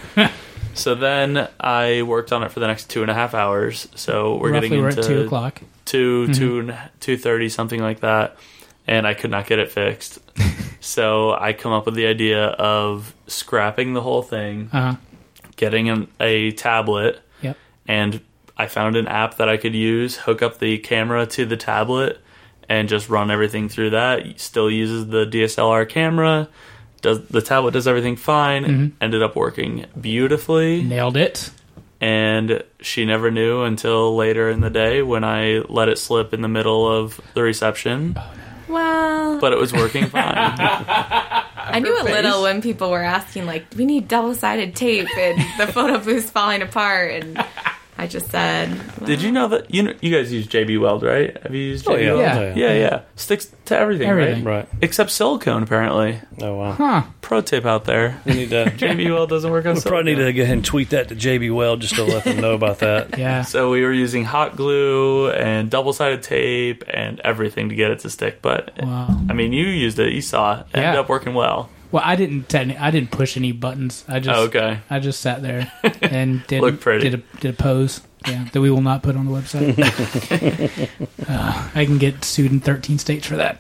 [SPEAKER 3] so then I worked on it for the next two and a half hours. So we're
[SPEAKER 1] Roughly,
[SPEAKER 3] getting
[SPEAKER 1] we're
[SPEAKER 3] into
[SPEAKER 1] at two o'clock. Mm-hmm.
[SPEAKER 3] two, two and two thirty, something like that, and I could not get it fixed. so I come up with the idea of scrapping the whole thing,
[SPEAKER 1] Uh huh.
[SPEAKER 3] getting an, a tablet,
[SPEAKER 1] Yep.
[SPEAKER 3] and I found an app that I could use, hook up the camera to the tablet, and just run everything through that. Still uses the DSLR camera. Does the tablet does everything fine? Ended up working beautifully,
[SPEAKER 1] Nailed it.
[SPEAKER 3] and she never knew until later in the day when I let it slip in the middle of the reception.
[SPEAKER 4] well,
[SPEAKER 3] But it was working fine.
[SPEAKER 4] I knew a little when people were asking like, we need double sided tape and the photo booth's falling apart, and I just said,
[SPEAKER 3] Did you know that you know, you guys use JB Weld, right? Have you used JB Weld?
[SPEAKER 1] Yeah.
[SPEAKER 3] yeah, yeah. Sticks to everything,
[SPEAKER 1] Everything.
[SPEAKER 3] right?
[SPEAKER 2] Right.
[SPEAKER 3] Except silicone, apparently.
[SPEAKER 2] Oh wow.
[SPEAKER 1] Huh.
[SPEAKER 3] Pro tip out there.
[SPEAKER 2] We need to.
[SPEAKER 3] JB Weld doesn't work on
[SPEAKER 2] we probably need to go ahead and tweet that to JB Weld just to let them know about that.
[SPEAKER 1] Yeah.
[SPEAKER 3] So we were using hot glue and double sided tape and everything to get it to stick. But
[SPEAKER 1] Wow.
[SPEAKER 3] I mean, you used it. You saw it. it
[SPEAKER 1] Yeah.
[SPEAKER 3] ended up working well.
[SPEAKER 1] Well, I didn't. Techni- I didn't push any buttons. I just.
[SPEAKER 3] Oh, okay.
[SPEAKER 1] I just sat there and did
[SPEAKER 3] Looked pretty.
[SPEAKER 1] did a, did a pose. Yeah, that we will not put on the website. Uh, I can get sued in 13 states for that.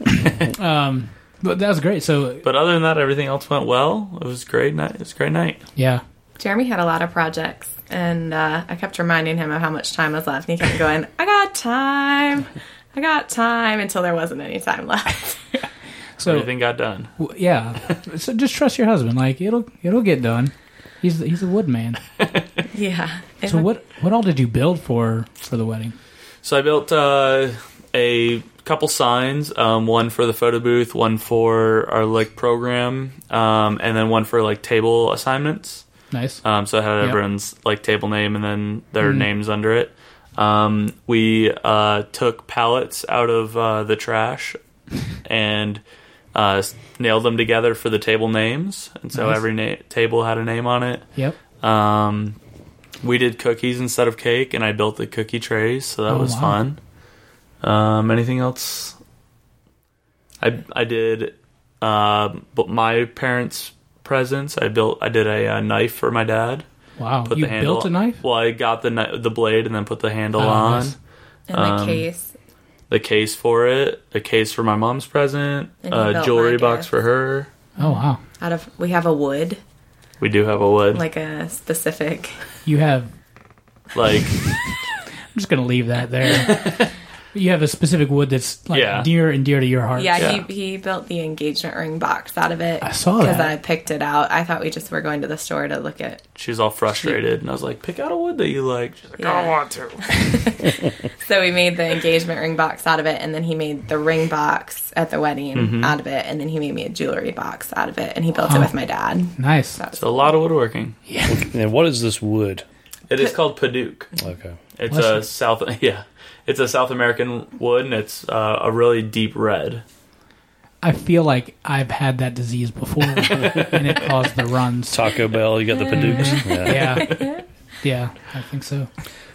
[SPEAKER 1] Um, but that was great. So
[SPEAKER 3] But other than that, everything else went well. It was great night. It was a great night.
[SPEAKER 1] yeah,
[SPEAKER 4] Jeremy had a lot of projects, and uh, I kept reminding him of how much time was left, and he kept going, I got time, I got time, until there wasn't any time left.
[SPEAKER 1] so
[SPEAKER 3] Everything got done.
[SPEAKER 1] w- yeah. So just trust your husband. Like it'll it'll get done. He's he's a wood man.
[SPEAKER 4] yeah.
[SPEAKER 1] So what what all did you build for for the wedding?
[SPEAKER 3] So I built uh, a couple signs, um, one for the photo booth, one for our like program, um, and then one for like table assignments.
[SPEAKER 1] Nice.
[SPEAKER 3] Um, so I had
[SPEAKER 1] Yep.
[SPEAKER 3] everyone's like table name and then their
[SPEAKER 1] Mm-hmm.
[SPEAKER 3] names under it. Um, we uh, took pallets out of uh, the trash and uh, s- nailed them together for the table names, and so
[SPEAKER 1] Nice.
[SPEAKER 3] every na- table had a name on it.
[SPEAKER 1] Yep.
[SPEAKER 3] Um, we did cookies instead of cake, and I built the cookie trays, so that
[SPEAKER 1] Oh,
[SPEAKER 3] was
[SPEAKER 1] wow.
[SPEAKER 3] fun. Um, anything else? I I did, uh, but my parents' presents. I built. I did a, uh knife for my dad.
[SPEAKER 1] Wow.
[SPEAKER 3] Put
[SPEAKER 1] you
[SPEAKER 3] the handle.
[SPEAKER 1] built a knife.
[SPEAKER 3] Well, I got the kni- the blade and then put the handle
[SPEAKER 1] Oh,
[SPEAKER 3] on
[SPEAKER 1] nice.
[SPEAKER 4] In the case.
[SPEAKER 3] the case for it. A case for my mom's present.
[SPEAKER 4] And you
[SPEAKER 3] A
[SPEAKER 4] built
[SPEAKER 3] jewelry
[SPEAKER 4] my
[SPEAKER 3] box
[SPEAKER 4] gift.
[SPEAKER 3] for her.
[SPEAKER 1] Oh wow.
[SPEAKER 4] Out of we have a wood,
[SPEAKER 3] We do have a wood. Like,
[SPEAKER 4] like a specific.
[SPEAKER 1] You have. I'm just gonna leave that there. you have a specific wood that's like
[SPEAKER 3] Yeah.
[SPEAKER 1] dear and dear to your heart.
[SPEAKER 4] Yeah,
[SPEAKER 3] Yeah.
[SPEAKER 4] He, he built the engagement ring box out of it. I
[SPEAKER 1] saw
[SPEAKER 4] because
[SPEAKER 1] that.
[SPEAKER 4] I picked it out. I thought we just were going to the store to look at.
[SPEAKER 3] she was all frustrated, and I was like, "Pick out a wood that you like." She's like,
[SPEAKER 4] Yeah.
[SPEAKER 3] "I don't want to."
[SPEAKER 4] So we made the engagement ring box out of it, and then he made the ring box at the wedding out of it, and then he made me a jewelry box out of it, and he built it with my dad.
[SPEAKER 1] Nice.
[SPEAKER 3] So a lot of woodworking.
[SPEAKER 2] And what is this wood?
[SPEAKER 3] It is called Paduke.
[SPEAKER 2] Okay.
[SPEAKER 3] It's
[SPEAKER 1] Bless you.
[SPEAKER 3] a South yeah. It's a South American wood and it's uh, a really deep red.
[SPEAKER 1] I feel like I've had that disease before, and it caused the runs.
[SPEAKER 2] Taco Bell. You got the Padukes. Yeah.
[SPEAKER 1] Yeah, yeah, I think so.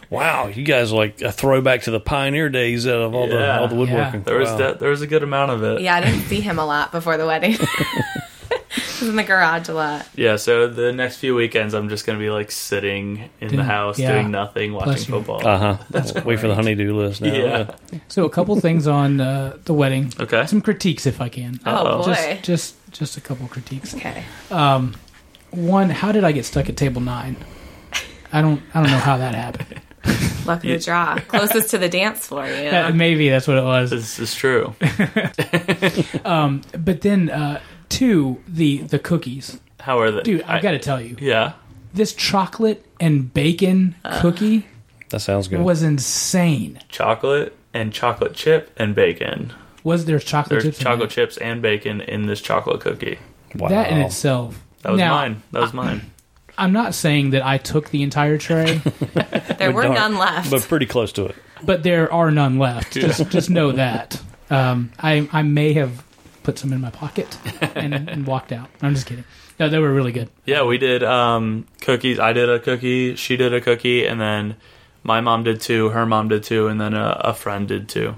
[SPEAKER 2] Wow, you guys are like a throwback to the pioneer days out of all the
[SPEAKER 3] Yeah.
[SPEAKER 2] all the woodworking.
[SPEAKER 3] There was
[SPEAKER 2] Wow.
[SPEAKER 3] de- there was a good amount of it.
[SPEAKER 4] Yeah, I didn't see him a lot before the wedding. 'Cause in the garage a lot.
[SPEAKER 3] Yeah, so the next few weekends, I'm just going to be like sitting in
[SPEAKER 1] Doing-
[SPEAKER 3] the house,
[SPEAKER 1] yeah.
[SPEAKER 3] doing nothing, watching
[SPEAKER 1] Bless you.
[SPEAKER 3] football.
[SPEAKER 2] Uh huh. That's wait for the honeydew list now.
[SPEAKER 3] Yeah.
[SPEAKER 1] So a couple things on uh, the wedding.
[SPEAKER 3] Okay.
[SPEAKER 1] Some critiques, if I can.
[SPEAKER 4] Oh,
[SPEAKER 3] Uh-oh.
[SPEAKER 4] boy.
[SPEAKER 1] Just, just, just a couple critiques.
[SPEAKER 4] okay.
[SPEAKER 1] One, how did I get stuck at table nine? I don't, I don't know how that happened.
[SPEAKER 4] Luck of the draw. Closest to the dance floor, you know?
[SPEAKER 1] Uh, Maybe that's what it was.
[SPEAKER 3] This is true.
[SPEAKER 1] But then, uh, two, the the cookies.
[SPEAKER 3] How are they?
[SPEAKER 1] Dude,
[SPEAKER 3] I-
[SPEAKER 1] I've got to tell you,
[SPEAKER 3] Yeah.
[SPEAKER 1] this chocolate and bacon cookie
[SPEAKER 2] That sounds good.
[SPEAKER 1] was insane.
[SPEAKER 3] Chocolate and chocolate chip and bacon.
[SPEAKER 1] Was there chocolate
[SPEAKER 3] There's
[SPEAKER 1] chips? in
[SPEAKER 3] chocolate
[SPEAKER 1] that?
[SPEAKER 3] chips and bacon in this chocolate cookie.
[SPEAKER 2] wow.
[SPEAKER 1] That in itself.
[SPEAKER 3] That was
[SPEAKER 1] Now,
[SPEAKER 3] mine. That was mine.
[SPEAKER 1] I'm not saying that I took the entire tray,
[SPEAKER 4] there were
[SPEAKER 2] Darn.
[SPEAKER 4] none left.
[SPEAKER 2] but pretty close to it.
[SPEAKER 1] but there are none left. Just, just know that. Um, I, I may have put some in my pocket and, and walked out. I'm just kidding. No, they were really good.
[SPEAKER 3] Yeah, we did um, cookies. I did a cookie. She did a cookie, and then my mom did two. Her mom did two, and then a, a friend did two.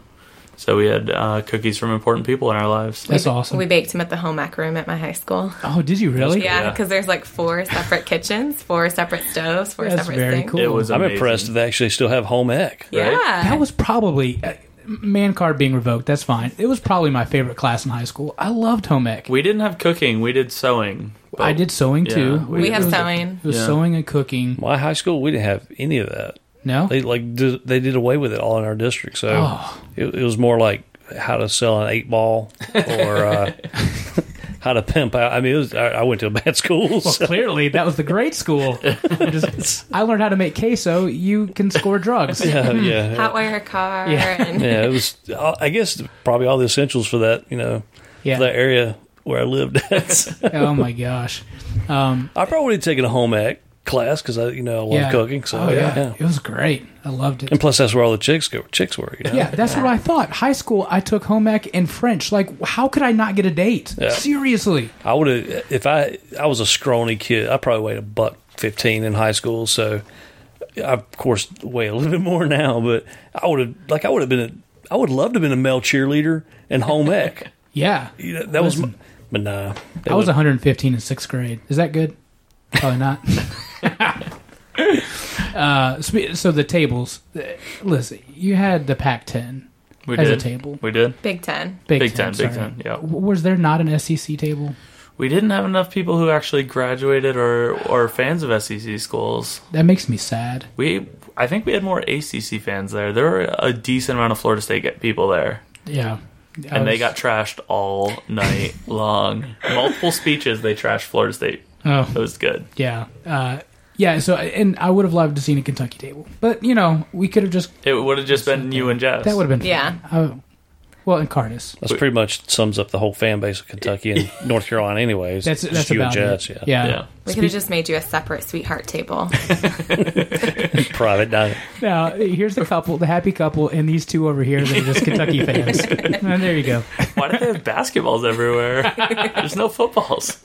[SPEAKER 3] So we had uh, cookies from important people in our lives.
[SPEAKER 1] That's awesome.
[SPEAKER 4] We baked them at the home ec room at my high school.
[SPEAKER 1] oh, did you really?
[SPEAKER 4] Yeah,
[SPEAKER 3] Yeah.
[SPEAKER 4] because there's like four separate kitchens, four separate stoves, four
[SPEAKER 1] That's
[SPEAKER 4] separate
[SPEAKER 1] very
[SPEAKER 4] things. Uh,
[SPEAKER 1] cool.
[SPEAKER 3] It was.
[SPEAKER 2] I'm
[SPEAKER 3] amazing.
[SPEAKER 2] impressed that they actually still have home ec.
[SPEAKER 4] Yeah.
[SPEAKER 1] That was probably uh, man card being revoked. That's fine. It was probably my favorite class in high school. I loved home ec.
[SPEAKER 3] We didn't have cooking. We did sewing. but-
[SPEAKER 1] I did sewing
[SPEAKER 3] Yeah,
[SPEAKER 1] too.
[SPEAKER 3] we-
[SPEAKER 4] we have
[SPEAKER 1] it was,
[SPEAKER 4] sewing.
[SPEAKER 1] It was
[SPEAKER 3] Yeah.
[SPEAKER 1] sewing and cooking.
[SPEAKER 2] My high school, we didn't have any of that.
[SPEAKER 1] No,
[SPEAKER 2] They like did, they did away with it all in our district. So
[SPEAKER 1] Oh.
[SPEAKER 2] it, it was more like how to sell an eight ball or uh, how to pimp out. I mean, it was, I, I went to a bad school. so-
[SPEAKER 1] clearly that was the great school. I just- I learned how to make queso. You can score drugs.
[SPEAKER 2] yeah, yeah,
[SPEAKER 4] Hot wire a car.
[SPEAKER 1] Yeah.
[SPEAKER 4] And
[SPEAKER 2] yeah. It was. uh, I guess probably all the essentials for that. You know,
[SPEAKER 1] Yeah.
[SPEAKER 2] for that area where I lived.
[SPEAKER 1] Oh my gosh. Um,
[SPEAKER 2] I probably would have taken a home ec class because I, you know, I love
[SPEAKER 1] yeah.
[SPEAKER 2] cooking. So
[SPEAKER 1] Oh,
[SPEAKER 2] yeah. yeah.
[SPEAKER 1] it was great. I loved it.
[SPEAKER 2] And plus, that's where all the chicks go. Chicks were. You know?
[SPEAKER 1] Yeah, that's what I thought. High school, I took home ec and French. Like, how could I not get a date? Seriously.
[SPEAKER 2] I would have if I I was a scrawny kid. I probably weighed a buck fifteen in high school, so I of course weigh a little bit more now. But I would have like I would have been a I would love to have been a male cheerleader and home ec.
[SPEAKER 1] Yeah.
[SPEAKER 2] You know, that was my, but nah. That
[SPEAKER 1] I was 115 in sixth grade. Is that good? Probably not. uh, spe- so the tables. uh, Listen, you had the Pac-10
[SPEAKER 3] We
[SPEAKER 1] as
[SPEAKER 3] did.
[SPEAKER 1] a table.
[SPEAKER 3] We did.
[SPEAKER 4] Big Ten.
[SPEAKER 1] Big,
[SPEAKER 3] Big
[SPEAKER 1] Ten.
[SPEAKER 3] Ten, Big
[SPEAKER 1] sorry.
[SPEAKER 3] Ten, yeah.
[SPEAKER 1] W- Was there not an SEC table?
[SPEAKER 3] We didn't have enough people who actually graduated or or fans of SEC schools.
[SPEAKER 1] That makes me sad.
[SPEAKER 3] We I think we had more ACC fans there. There were a decent amount of Florida State get- people there,
[SPEAKER 1] Yeah. I
[SPEAKER 3] and they
[SPEAKER 1] was-
[SPEAKER 3] got trashed all night long. Multiple speeches they trashed Florida State.
[SPEAKER 1] Oh.
[SPEAKER 3] It was good.
[SPEAKER 1] Yeah. Uh, yeah. So, and I would have loved to seen a Kentucky table, but you know, we could have just
[SPEAKER 3] It would have just been you and Jess.
[SPEAKER 1] that would have been
[SPEAKER 4] Yeah.
[SPEAKER 1] fun. Oh, well, and Cardis.
[SPEAKER 2] that's pretty much sums up the whole fan base of Kentucky and North Carolina, anyways.
[SPEAKER 1] That's
[SPEAKER 2] Just
[SPEAKER 1] that's
[SPEAKER 2] you
[SPEAKER 1] about
[SPEAKER 2] and Jets,
[SPEAKER 1] it.
[SPEAKER 2] yeah.
[SPEAKER 1] Yeah.
[SPEAKER 3] Yeah.
[SPEAKER 4] We could have just made you a separate sweetheart table.
[SPEAKER 2] Private dining.
[SPEAKER 1] Now here's the couple, the happy couple, and these two over here that are just Kentucky fans. And there you go.
[SPEAKER 3] Why do they have basketballs everywhere? There's no footballs.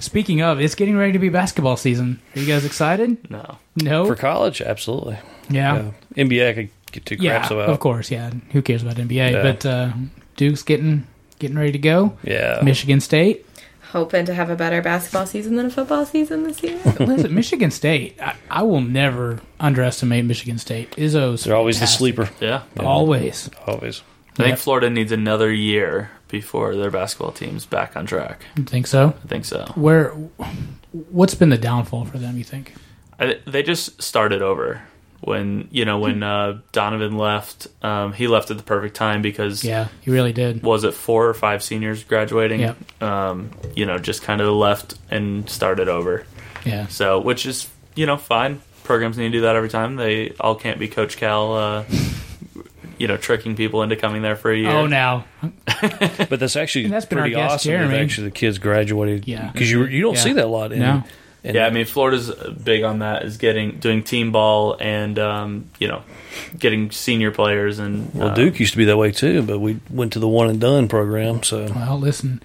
[SPEAKER 1] Speaking of, it's getting ready to be basketball season. Are you guys excited?
[SPEAKER 3] No.
[SPEAKER 1] No.
[SPEAKER 2] for college. Absolutely.
[SPEAKER 1] Oh. yeah.
[SPEAKER 2] Yeah. NBA, I could get two
[SPEAKER 1] Yeah.
[SPEAKER 2] craps about.
[SPEAKER 1] of course. Yeah. Who cares about NBA?
[SPEAKER 2] Yeah.
[SPEAKER 1] But uh, Duke's getting getting ready to go.
[SPEAKER 2] Yeah.
[SPEAKER 1] Michigan State.
[SPEAKER 4] Hoping to have a better basketball season than a football season this year.
[SPEAKER 1] Listen, Michigan State. I, I will never underestimate Michigan State. Izzo's
[SPEAKER 2] They're always
[SPEAKER 1] fantastic.
[SPEAKER 2] the sleeper.
[SPEAKER 3] Yeah.
[SPEAKER 1] Always.
[SPEAKER 2] Always.
[SPEAKER 3] I think
[SPEAKER 1] Yeah.
[SPEAKER 3] Florida needs another year before their basketball team's back on track.
[SPEAKER 1] You think so?
[SPEAKER 3] I think so.
[SPEAKER 1] Where? What's been the downfall for them? You think?
[SPEAKER 3] I, they just started over when you know
[SPEAKER 1] Hmm.
[SPEAKER 3] when uh, Donovan left. Um, he left at the perfect time because
[SPEAKER 1] Yeah, you really did.
[SPEAKER 3] was it four or five seniors graduating?
[SPEAKER 1] Yeah.
[SPEAKER 3] Um, you know, just kind of left and started over.
[SPEAKER 1] Yeah.
[SPEAKER 3] So, which is you know fine. Programs need to do that every time. They all can't be Coach Cal. Uh, you know, tricking people into coming there for a year.
[SPEAKER 1] Oh, now
[SPEAKER 2] But that's actually
[SPEAKER 1] And that's been
[SPEAKER 2] pretty
[SPEAKER 1] our guest,
[SPEAKER 2] awesome.
[SPEAKER 1] Jeremy.
[SPEAKER 2] That actually, the kids graduated.
[SPEAKER 1] Yeah.
[SPEAKER 2] because you you don't
[SPEAKER 1] Yeah.
[SPEAKER 2] see that a lot. In,
[SPEAKER 1] No.
[SPEAKER 2] in-
[SPEAKER 3] Yeah, I mean, Florida's big on that is getting doing team ball and um, you know, getting senior players and
[SPEAKER 2] well,
[SPEAKER 3] uh,
[SPEAKER 2] Duke used to be that way too, but we went to the one and done program. So
[SPEAKER 1] Well, listen,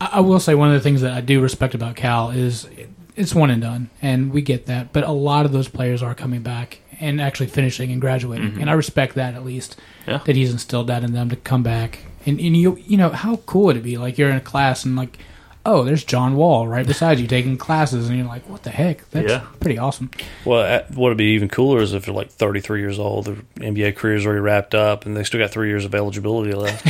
[SPEAKER 1] I, I will say one of the things that I do respect about Cal is it's one and done, and we get that. But a lot of those players are coming back and actually finishing and graduating,
[SPEAKER 2] Mm-hmm.
[SPEAKER 1] and I respect that at least
[SPEAKER 3] Yeah.
[SPEAKER 1] that he's instilled that in them to come back. And, and you you know how cool would it be? Like you're in a class and like oh, there's John Wall right beside you taking classes, and you're like, what the heck? That's
[SPEAKER 3] Yeah.
[SPEAKER 1] pretty awesome.
[SPEAKER 2] Well, at- what would be even cooler is if they're like 33 years old, their NBA career's already wrapped up, and they still got three years of eligibility left.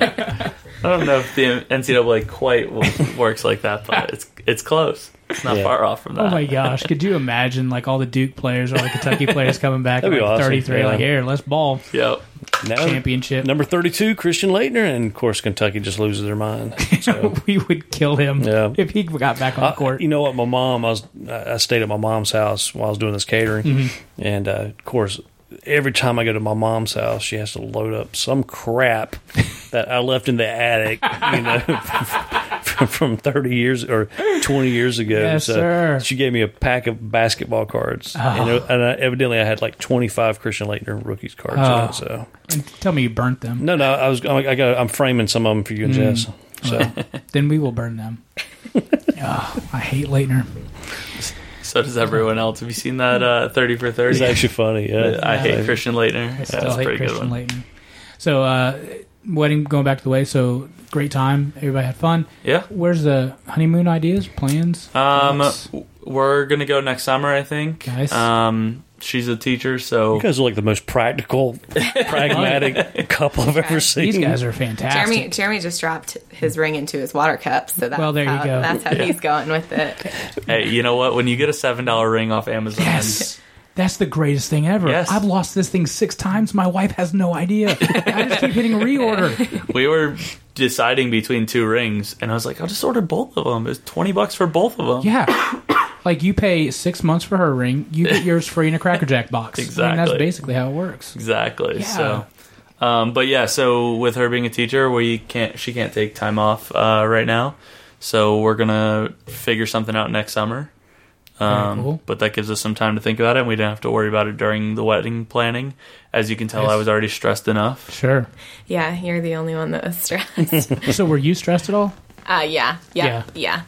[SPEAKER 3] I don't know if the NCAA quite w- works like that, but it's it's close. It's not
[SPEAKER 2] Yeah.
[SPEAKER 3] far off from that.
[SPEAKER 1] Oh my gosh, could you imagine like all the Duke players or all the Kentucky players coming back at
[SPEAKER 2] That'd
[SPEAKER 1] like
[SPEAKER 2] be awesome,
[SPEAKER 1] 33,
[SPEAKER 2] yeah.
[SPEAKER 1] like, here, let's ball
[SPEAKER 3] Yep.
[SPEAKER 2] Now,
[SPEAKER 1] championship.
[SPEAKER 2] Number 32, Christian Leitner, and of course, Kentucky just loses their mind. So,
[SPEAKER 1] we would kill him
[SPEAKER 2] Yeah.
[SPEAKER 1] if he got back
[SPEAKER 3] Uh,
[SPEAKER 1] on the
[SPEAKER 2] I-
[SPEAKER 1] court.
[SPEAKER 2] you know what? My mom, I was I I stayed at my mom's house while I was doing this catering,
[SPEAKER 1] Mm-hmm.
[SPEAKER 2] and uh, of course, every time I go to my mom's house, she has to load up some crap that I left in the attic, you know. From, from 30 years or 20 years ago.
[SPEAKER 1] Yes, sir. Ah.
[SPEAKER 2] She gave me a pack of basketball cards. And, it- and I, evidently, I had like 25 Christian Leitner rookies cards. in
[SPEAKER 1] Oh.
[SPEAKER 2] it, so
[SPEAKER 1] and tell me you burnt them.
[SPEAKER 2] No, no, I was. I'm, I got. I'm framing some of them for
[SPEAKER 1] Mm.
[SPEAKER 2] you and Jess. So
[SPEAKER 1] Then we will burn them. oh, I hate Leitner.
[SPEAKER 3] So does everyone else. Have you seen that uh, 30 for 30?
[SPEAKER 2] it's actually funny. Yeah,
[SPEAKER 3] I hate
[SPEAKER 2] So,
[SPEAKER 3] Christian Leitner.
[SPEAKER 1] I
[SPEAKER 3] That's
[SPEAKER 1] still
[SPEAKER 3] a
[SPEAKER 1] hate
[SPEAKER 3] pretty
[SPEAKER 1] Christian
[SPEAKER 3] good one.
[SPEAKER 1] Leitner. So, uh, wedding going back to the way. So, great time. Everybody had fun.
[SPEAKER 3] Yeah.
[SPEAKER 1] Where's the honeymoon ideas, plans?
[SPEAKER 3] Um,
[SPEAKER 1] thoughts?
[SPEAKER 3] w- we're gonna go next summer, I think.
[SPEAKER 1] Nice.
[SPEAKER 3] Um, she's a teacher, so
[SPEAKER 2] You guys are like the most practical, pragmatic couple I've ever seen.
[SPEAKER 1] these guys are fantastic.
[SPEAKER 4] Jeremy, Jeremy just dropped his ring into his water cup, so that's
[SPEAKER 1] Well, there you
[SPEAKER 4] how,
[SPEAKER 1] go.
[SPEAKER 4] That's how he's going with it.
[SPEAKER 3] hey, you know what? When you get a seven dollar ring off Amazon,
[SPEAKER 1] Yes. That's the greatest thing ever.
[SPEAKER 3] Yes.
[SPEAKER 1] I've lost this thing six times. My wife has no idea. I just keep hitting reorder.
[SPEAKER 3] we were deciding between two rings, and I was like, I'll just order both of them. It's twenty bucks for both of them.
[SPEAKER 1] Yeah. Like you pay six months for her ring, you get yours free in a Cracker Jack box. I mean, that's
[SPEAKER 3] Exactly.
[SPEAKER 1] basically how it works.
[SPEAKER 3] Exactly. So, um, but yeah, so with her being a teacher, we can't. She can't take time off uh, right now, so we're gonna figure something out next summer. Um,
[SPEAKER 1] cool.
[SPEAKER 3] But that gives us some time to think about it, and we don't have to worry about it during the wedding planning. As you can tell,
[SPEAKER 1] Yes.
[SPEAKER 3] I was already stressed enough.
[SPEAKER 1] Sure.
[SPEAKER 4] Yeah, you're the only one that was stressed.
[SPEAKER 1] So were you stressed at all?
[SPEAKER 4] Uh, yeah,
[SPEAKER 1] Yeah.
[SPEAKER 4] yeah, yeah.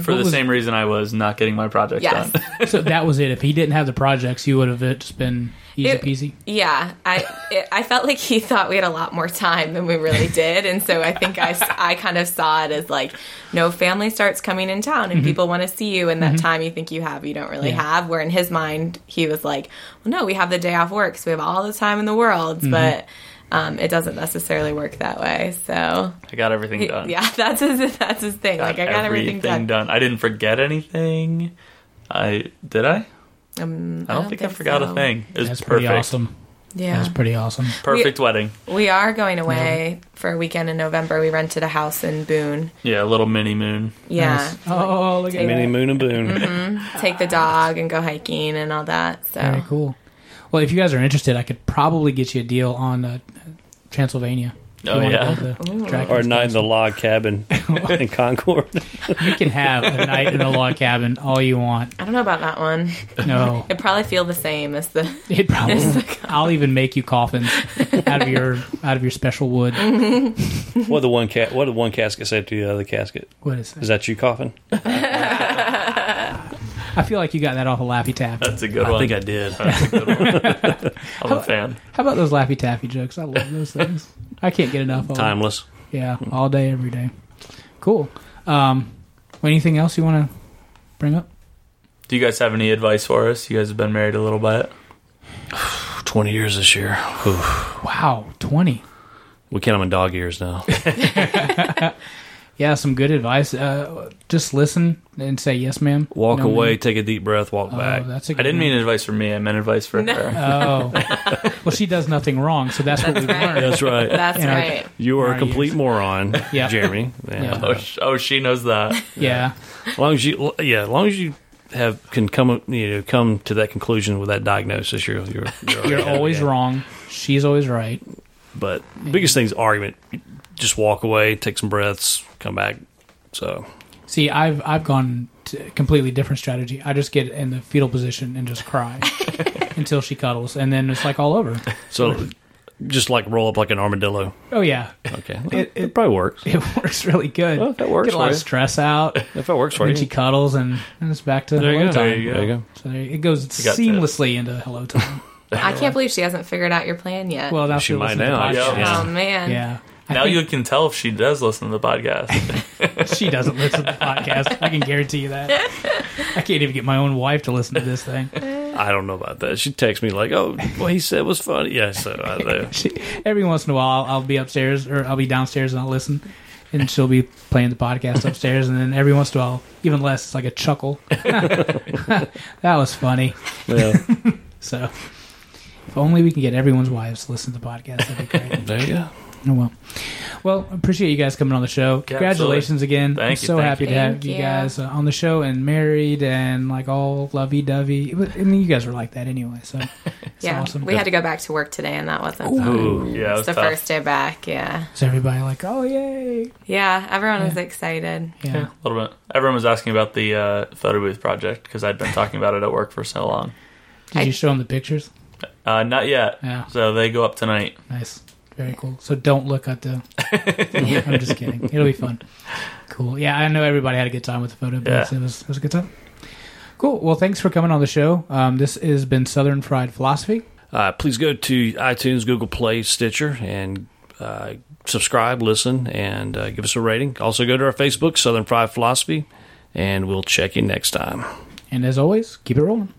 [SPEAKER 3] For the
[SPEAKER 1] was-
[SPEAKER 3] same reason I was not getting my project
[SPEAKER 4] Yes.
[SPEAKER 3] done.
[SPEAKER 1] So that was it. If he didn't have the projects, you would have just been easy
[SPEAKER 4] It-
[SPEAKER 1] peasy.
[SPEAKER 4] Yeah, I it, I felt like he thought we had a lot more time than we really did, and so I think I, s- I kind of saw it as like no family starts coming in town
[SPEAKER 3] Mm-hmm.
[SPEAKER 4] and people want to see you, and that time you think you have you don't really
[SPEAKER 1] Yeah.
[SPEAKER 4] have. Where in his mind he was like, well, no, we have the day off work, so we have all the time in the world,
[SPEAKER 3] Mm-hmm.
[SPEAKER 4] but um, it doesn't necessarily work that way. So
[SPEAKER 3] I got everything
[SPEAKER 4] he-
[SPEAKER 3] done.
[SPEAKER 4] yeah, that's his that's his thing. like I got everything, done.
[SPEAKER 3] I didn't forget anything. I did I?
[SPEAKER 4] Um,
[SPEAKER 3] I don't, think, I forgot
[SPEAKER 4] so.
[SPEAKER 3] a thing. It was
[SPEAKER 1] That's pretty
[SPEAKER 3] perfect.
[SPEAKER 1] awesome.
[SPEAKER 4] Yeah,
[SPEAKER 1] That's pretty awesome.
[SPEAKER 3] Perfect wedding.
[SPEAKER 4] we are going away for a weekend in November. We rented a house in Boone.
[SPEAKER 3] Yeah, a little mini moon.
[SPEAKER 4] Yeah.
[SPEAKER 1] Nice. Oh, look at
[SPEAKER 2] Minnie
[SPEAKER 1] that.
[SPEAKER 2] Moon and Boone.
[SPEAKER 1] Mm-hmm.
[SPEAKER 4] take the dog and go hiking and all that. So
[SPEAKER 1] Very cool. Well, if you guys are interested, I could probably get you a deal on uh, Transylvania. If you
[SPEAKER 3] Oh,
[SPEAKER 1] wanna
[SPEAKER 3] yeah.
[SPEAKER 1] build the Dragon's
[SPEAKER 2] Or a night in
[SPEAKER 1] Den.
[SPEAKER 2] the log cabin in Concord.
[SPEAKER 1] You can have a night in a log cabin all you want.
[SPEAKER 4] I don't know about that one.
[SPEAKER 1] No,
[SPEAKER 4] It'd probably feel the same as the
[SPEAKER 1] it probably. I'll even make you coffins out of your out of your special wood.
[SPEAKER 2] What the one cat? What did one casket say to the other casket?
[SPEAKER 1] What is that?
[SPEAKER 2] Is that you coughing?
[SPEAKER 1] I feel like you got that off a of Laffy Taffy.
[SPEAKER 3] That's a good one.
[SPEAKER 2] did.
[SPEAKER 3] That's a good one. I'm a fan.
[SPEAKER 1] How about those Laffy Taffy jokes? I love those things. I can't get enough of them.
[SPEAKER 2] Timeless.
[SPEAKER 1] Yeah, all day, every day. Cool. Um, anything else you want to bring up?
[SPEAKER 3] Do you guys have any advice for us? You guys have been married a little bit.
[SPEAKER 2] Twenty years this year. Oof.
[SPEAKER 1] Wow, twenty.
[SPEAKER 2] We count them in dog years now.
[SPEAKER 1] Yeah, some good advice. Uh, just listen and say yes, ma'am.
[SPEAKER 2] Walk
[SPEAKER 1] No,
[SPEAKER 2] away,
[SPEAKER 1] ma'am.
[SPEAKER 2] take a deep breath, walk back.
[SPEAKER 1] Oh, that's a
[SPEAKER 3] I
[SPEAKER 1] good
[SPEAKER 3] didn't
[SPEAKER 1] one.
[SPEAKER 3] mean advice for me. I meant advice for her.
[SPEAKER 1] Oh, well, she does nothing wrong, so that's what we've
[SPEAKER 4] right.
[SPEAKER 1] learned.
[SPEAKER 2] That's right.
[SPEAKER 4] That's
[SPEAKER 1] Yeah.
[SPEAKER 4] right.
[SPEAKER 2] You are
[SPEAKER 1] Our
[SPEAKER 2] a complete
[SPEAKER 1] years.
[SPEAKER 2] moron,
[SPEAKER 1] Yeah.
[SPEAKER 2] Jeremy. And,
[SPEAKER 1] Yeah.
[SPEAKER 2] uh,
[SPEAKER 3] Oh, sh- oh, she knows that.
[SPEAKER 1] Yeah,
[SPEAKER 2] As long as you, yeah, as long as you have can come, you know, come to that conclusion with that diagnosis, you're you're you're,
[SPEAKER 1] you're
[SPEAKER 2] ahead of the
[SPEAKER 1] always
[SPEAKER 2] game.
[SPEAKER 1] wrong. She's always right.
[SPEAKER 2] But biggest thing is argument. Just walk away, take some breaths, come back. So
[SPEAKER 1] See, I've I've gone to a completely different strategy. I just get in the fetal position and just cry until she cuddles, and then it's like all over.
[SPEAKER 2] so just like roll up like an armadillo.
[SPEAKER 1] Oh yeah,
[SPEAKER 2] Okay,
[SPEAKER 1] It-
[SPEAKER 2] it,
[SPEAKER 1] it-
[SPEAKER 2] probably works.
[SPEAKER 1] it works really good.
[SPEAKER 2] Well, that works
[SPEAKER 1] Get a lot
[SPEAKER 2] for
[SPEAKER 1] of
[SPEAKER 2] you.
[SPEAKER 1] stress out.
[SPEAKER 2] If it works for
[SPEAKER 1] Then
[SPEAKER 2] you,
[SPEAKER 1] she cuddles, and, and it's back to
[SPEAKER 2] there you
[SPEAKER 1] hello
[SPEAKER 2] go.
[SPEAKER 1] time.
[SPEAKER 2] There you go. There you go.
[SPEAKER 1] So there, it goes
[SPEAKER 3] got
[SPEAKER 1] seamlessly into hello time.
[SPEAKER 4] I can't believe she hasn't figured out your plan yet.
[SPEAKER 1] Well, that's
[SPEAKER 2] She
[SPEAKER 1] the
[SPEAKER 2] might
[SPEAKER 1] listen to the
[SPEAKER 2] now.
[SPEAKER 1] podcast.
[SPEAKER 2] yeah.
[SPEAKER 4] oh man.
[SPEAKER 1] Yeah.
[SPEAKER 3] Now you can tell if she does listen to the podcast.
[SPEAKER 1] She doesn't listen to the podcast. I can guarantee you that. I can't even get my own wife to listen to this thing.
[SPEAKER 2] I don't know about that. She texts me like, "Oh, what he said was funny." Yeah, so uh, I know.
[SPEAKER 1] She, every once in a while, I'll, I'll be upstairs or I'll be downstairs and I'll listen, and she'll be playing the podcast upstairs. And then every once in a while, even less, it's like a chuckle. that was funny.
[SPEAKER 2] Yeah,
[SPEAKER 1] So, if only we can get everyone's wives to listen to the podcast, that'd be great.
[SPEAKER 2] there you go.
[SPEAKER 1] oh well, well, appreciate you guys coming on the show. Congratulations again!
[SPEAKER 3] Thank
[SPEAKER 1] I'm
[SPEAKER 3] you,
[SPEAKER 1] so
[SPEAKER 3] thank
[SPEAKER 1] happy
[SPEAKER 3] you.
[SPEAKER 1] to have
[SPEAKER 4] Thank
[SPEAKER 1] you
[SPEAKER 4] you.
[SPEAKER 1] guys uh, on the show and married and like all lovey dovey. I mean, you guys were like that anyway, so it's
[SPEAKER 4] yeah,
[SPEAKER 1] awesome.
[SPEAKER 4] we had to go back to work today, and that wasn't fun.
[SPEAKER 3] Ooh, yeah,
[SPEAKER 4] It's
[SPEAKER 3] it was
[SPEAKER 4] the
[SPEAKER 3] tough.
[SPEAKER 4] first day back. Yeah,
[SPEAKER 1] so everybody like, oh yay,
[SPEAKER 4] yeah. Everyone was excited.
[SPEAKER 1] yeah.
[SPEAKER 3] Yeah, a little bit. Everyone was asking about the uh, photo booth project because I'd been talking about it at work for so long.
[SPEAKER 1] Did
[SPEAKER 4] I-
[SPEAKER 1] you show them the pictures?
[SPEAKER 3] Uh, not yet.
[SPEAKER 1] Yeah.
[SPEAKER 3] So they go up tonight.
[SPEAKER 1] Nice. Very cool. So don't look at the. I'm just kidding. It'll be fun. Cool. Yeah, I know everybody had a good time with the photo booths.
[SPEAKER 3] Yeah.
[SPEAKER 1] It, was, it was a good time. Cool. Well, thanks for coming on the show. Um, this has been Southern Fried Philosophy.
[SPEAKER 2] Uh, please go to iTunes, Google Play, Stitcher, and uh, subscribe, listen, and uh, give us a rating. Also, go to our Facebook, Southern Fried Philosophy, and we'll check you next time.
[SPEAKER 1] And as always, keep it rolling.